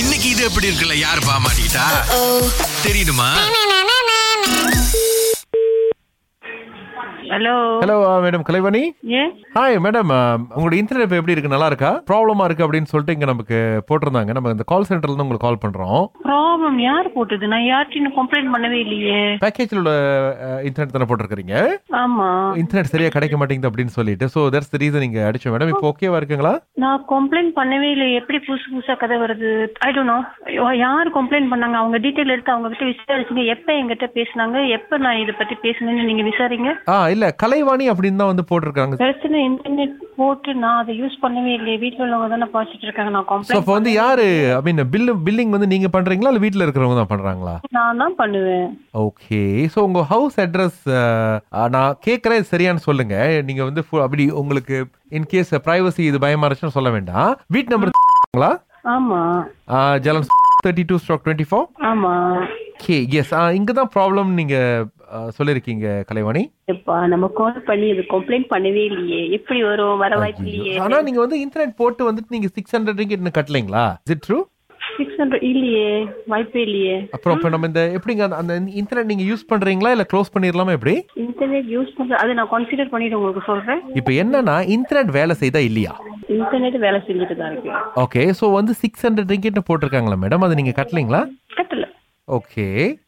இன்னைக்கு இது எப்படி இருக்குல்ல யார் பாமாட்டா தெரியுமா ஹலோ ஹலோ மேடம் கலைவாணி ஏன் ஹாய் மேடம் uh, உங்களோட இன்டர்நெட் இப்போ எப்படி இருக்கு நல்லா இருக்கா ப்ராப்ளமா இருக்கு அப்படின்னு சொல்லிட்டு இங்க நமக்கு போட்டிருந்தாங்க நம்ம இந்த கால் சென்டர்ல இருந்து உங்களுக்கு கால் பண்றோம் ப்ராப்ளம் யார் போட்டது நான் யார்கிட்டயும் கம்ப்ளைண்ட் பண்ணவே இல்லையே பேக்கேஜ்ல உள்ள இன்டர்நெட் தானே போட்டிருக்கீங்க ஆமா இன்டர்நெட் சரியா கிடைக்க மாட்டேங்குது அப்படின்னு சொல்லிட்டு ஸோ தட்ஸ் த ரீசன் நீங்க அடிச்சோம் மேடம் இப்போ ஓகேவா இருக்குங்களா நான் கம்ப்ளைண்ட் பண்ணவே இல்லை எப்படி புதுசு புதுசா கதை வருது ஐ டோன்ட் நோ யார் கம்ப்ளைண்ட் பண்ணாங்க அவங்க டீட்டெயில் எடுத்து அவங்க கிட்ட விசாரிச்சுங்க எப்ப என்கிட்ட பேசுனாங்க எப்ப நான் இதை பத்தி பேசுனேன்னு நீங்க விசாரிங்க ஆ இல்ல கலைவாணி அப்படின்னு தான் வந்து போட்டிருக்காங்க பிரச்சனை இன்டர்நெட் போட்டு நான் அதை யூஸ் பண்ணவே இல்லையே வீட்டுல உள்ளவங்க தானே பாய்ச்சிட்டு இருக்காங்க நான் ஸோ கம்ப்ளைண்ட் இப்போ வந்து யாரு ஐ மீன் பில்லு பில்லிங் வந்து நீங்க பண்றீங்களா இல்ல வீட்ல இருக்கிறவங்க தான் பண்றாங்களா நான் தான் பண்ணுவேன் ஓகே ஸோ உங்க ஹவுஸ் அட்ரஸ் நான் கேட்குறேன் சரியான்னு சொல்லுங்க நீங்க வந்து full- அப்படி உங்களுக்கு இன்கேஸ் ப்ரைவசி இது பயமா இருந்துச்சுன்னு சொல்ல வேண்டாம் வீட் நம்பர் ஆமா ஜலன் தேர்ட்டி டூ ஸ்டாக் டுவெண்ட்டி ஃபோர் ஆமா ஓகே எஸ் இங்கே தான் ப்ராப்ளம் நீங்க ஆ, சொல்லியிருக்கீங்க கலைவாணி எப்பா நம்ம கால் பண்ணி இது கம்ப்ளைண்ட் பண்ணவே இல்லையே எப்படி வரும் வர வாய்ப்பு இல்லையே ஆனா நீங்க வந்து இன்டர்நெட் போட்டு வந்துட்டு நீங்க சிக்ஸ் ஹண்ட்ரட் ரிங்கிட் கட்டலைங்களா is it true six hundred இல்லையே வாய்ப்பே இல்லையே அப்புறம் இப்போ நம்ம இந்த எப்படிங்க அந்த- அந்த இன்டர்நெட் நீங்க யூஸ் பண்றீங்களா இல்ல க்ளோஸ் பண்ணிடலாமா எப்படி இன்டர்நெட் யூஸ் பண்ற அதை நான் கன்சிடர் பண்ணிட்டு உங்களுக்கு சொல்றேன் இப்போ என்னன்னா இன்டர்நெட் வேலை செய்தா இல்லையா இன்டர்நெட் வேலை செஞ்சுட்டு தான் இருக்கு ஓகே ஸோ வந்து சிக்ஸ் ஹண்ட்ரட் ரிங்கிட்னு போட்டிருக்காங்களா மேடம் அது நீங்க கட்டலைங்களா கட்டல ஓகே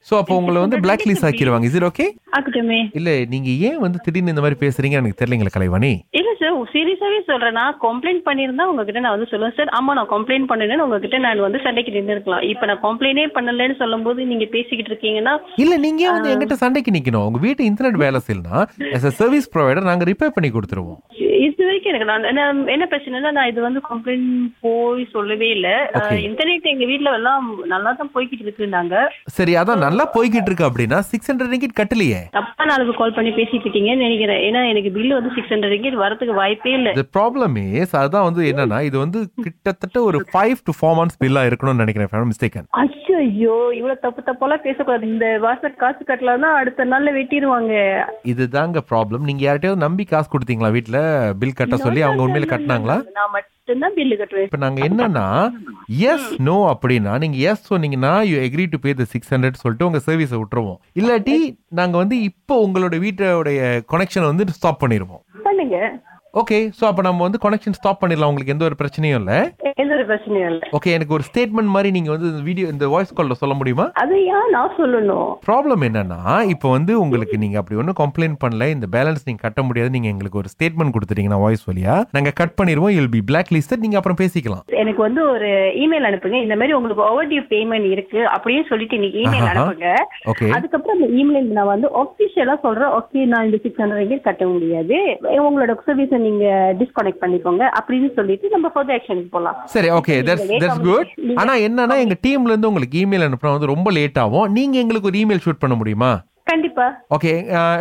ஸோ அப்போ உங்களை வந்து பிளாக் லிஸ்ட் ஆக்கிடுவாங்க இஸ் இட் ஓகே ஆக்கட்டுமே இல்ல நீங்க ஏன் வந்து திடீர்னு இந்த மாதிரி பேசுறீங்க எனக்கு தெரியலங்களா கலைவாணி இல்ல சார் சீரியஸாவே சொல்றேன் நான் கம்ப்ளைண்ட் பண்ணியிருந்தா உங்ககிட்ட நான் வந்து சொல்லுவேன் சார் ஆமா நான் கம்ப்ளைண்ட் பண்ணினேன்னு உங்ககிட்ட நான் வந்து சண்டைக்கு நின்றுருக்கலாம் இப்ப நான் கம்ப்ளைண்டே பண்ணலன்னு சொல்லும்போது நீங்க பேசிக்கிட்டு இருக்கீங்கன்னா இல்ல நீங்க ஏன் வந்து எங்கிட்ட சண்டைக்கு நிக்கணும் உங்க வீட்டு இன்டர்நெட் வேலை செய்யலனா as a சர்வீஸ் ப்ரொவைடர் நாங்க ரிப்பேர் பண்ணி கொடுத்துருவோம் இது வரைக்கும் எனக்கு நான் நான் என்ன பிரச்சனைனா நான் இது வந்து கம்ப்ளைண்ட் போய் சொல்லவே இல்ல Okay. இன்டர்நெட் எங்க வீட்ல எல்லாம் நல்லா தான் போய்கிட்டு இருக்குனாங்க சரி அதான் நல்லா போய்கிட்டு இருக்கு அப்படின்னா சிக்ஸ் ஹண்ட்ரட் ரிங்கிட் கட்டலையே தப்பா நாளுக்கு கால் பண்ணி பேசிட்டு இருக்கீங்கன்னு நினைக்கிறேன் ஏன்னா எனக்கு பில் வந்து சிக்ஸ் ஹண்ட்ரட் ரிங்கிட் வரதுக்கு வாய்ப்பே இல்ல த ப்ராப்ளம் இஸ் அதான் வந்து என்னன்னா இது வந்து கிட்டத்தட்ட ஒரு ஃபைவ் டு ஃபோர் மந்த்ஸ் பில்லா இருக்கணும்னு நினைக்கிறேன் மிஸ்டேக்கன் ஐயோ இவ்வளவு தப்பு தப்பெல்லாம் பேசக்கூடாது இந்த வாசல் காசு கட்டலன்னா அடுத்த நாள்ல வெட்டிடுவாங்க இதுதாங்க ப்ராப்ளம் நீங்க யார்கிட்டயாவது நம்பி காசு கொடுத்தீங்களா வீட்ல பில் கட்ட சொல்லி அவங்க உண்மையில கட்டினாங்களா நான் மட்டும்தான் பில்லு கட்டுவேன் இப்போ நாங்க என்னன்னா எஸ் நோ அப்படின்னா நீங்க எஸ் சொன்னீங்கன்னா you agree to pay the six hundred சொல்லிட்டு உங்க சர்வீஸை விட்டுருவோம் இல்லாட்டி நாங்க வந்து இப்போ உங்களோட வீட்டோடைய கனெக்ஷனை வந்து ஸ்டாப் பண்ணிடுவோம் பண்ணுங்க ஓகே ஸோ அப்போ நம்ம வந்து கனெக்ஷன் ஸ்டாப் பண்ணிடலாம் உங்களுக்கு எந்த ஒரு பிரச்சனையும் இல்லை எந்த ஒரு பிரச்சனையும் இல்ல ஓகே எனக்கு ஒரு ஸ்டேட்மெண்ட் மாதிரி நீங்க வந்து வீடியோ இந்த வாய்ஸ் காலில் சொல்ல முடியுமா அது ஏன் நான் சொல்லணும் ப்ராப்ளம் என்னன்னா இப்போ வந்து உங்களுக்கு நீங்க அப்படி ஒன்றும் கம்ப்ளைண்ட் பண்ணல இந்த பேலன்ஸ் நீங்க கட்ட முடியாது நீங்க எங்களுக்கு ஒரு ஸ்டேட்மெண்ட் கொடுத்துட்டீங்கன்னா வாய்ஸ் வழியா நாங்க கட் பண்ணிடுவோம் இல் பி பிளாக் லிஸ்ட் நீங்க அப்புறம் பேசிக்கலாம் எனக்கு வந்து ஒரு இமெயில் அனுப்புங்க இந்த மாதிரி உங்களுக்கு ஓவர் டியூ பேமெண்ட் இருக்கு அப்படின்னு சொல்லிட்டு நீங்க இமெயில் ஆஹா. அனுப்புங்க ஓகே அதுக்கப்புறம் அந்த இமெயில் நான் வந்து ஒபிஷியலா சொல்றேன் ஓகே நான் இந்த சிக்ஸ் ஹண்ட்ரட் கட்ட முடியாது உங்களோட சர்வீஸை நீங்க டிஸ்கனெக்ட் பண்ணிக்கோங்க அப்படின்னு சொல்லிட்டு நம்ம ஃபர்தர் ஆக்ஷனுக்கு போலாம் சரி ஓகே தட்ஸ் தட்ஸ் குட் ஆனா என்னன்னா எங்க டீம்ல இருந்து உங்களுக்கு இமெயில் அனுப்புனா வந்து ரொம்ப லேட் ஆகும் நீங்க எங்களுக்கு ஒரு இமெயில் ஷூட் பண்ண முடியுமா கண்டிப்பா ஓகே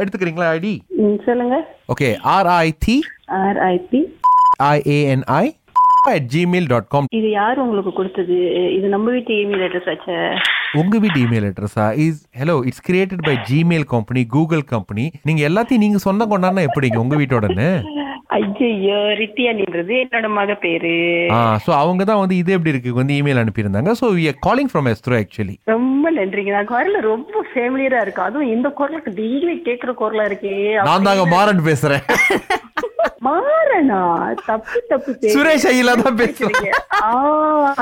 எடுத்துக்கிறீங்களா ஐடி ம், சொல்லுங்க okay R I D R I P I A N I at Gmail dot com இது யார் உங்களுக்கு கொடுத்தது இது நம்ம வீட்டு இமெயில் அட்ரஸ் ஆச்சு உங்க வீட்டு இமெயில் அட்ரஸா is hello it's created by Gmail company Google company நீங்க எல்லாத்தையும் நீங்க சொந்த கொண்டாடினா எப்படிங்க உங்க வீட்டோடன்னு ஐயோ ரித்தியானின்றது என்னோட மக பேரு ஆ ஸோ அவங்க தான் வந்து இது எப்படி இருக்கு வந்து இமெயில் அனுப்பியிருந்தாங்க so we are calling from Astro actually ரொம்ப நன்றிங்க நான் குரல் ரொம்ப ஃபேமிலியரா இருக்கு அதுவும் இந்த குரலுக்கு டெய்லி கேக்குற குரலா இருக்கே நான் தாங்க மாறன் பேசுறேன் மாறனா தப்பு தப்பு பேரு. சுரேஷ் ஐயில தான் பேசுறேன் ஆ,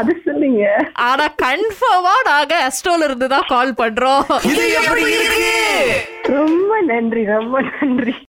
அது சொல்லுங்க ஆனா கன்ஃபார்மா நாங்க அஸ்ட்ரோல இருந்து தான் கால் பண்றோம் இது எப்படி இருக்கு ரொம்ப நன்றி ரொம்ப நன்றி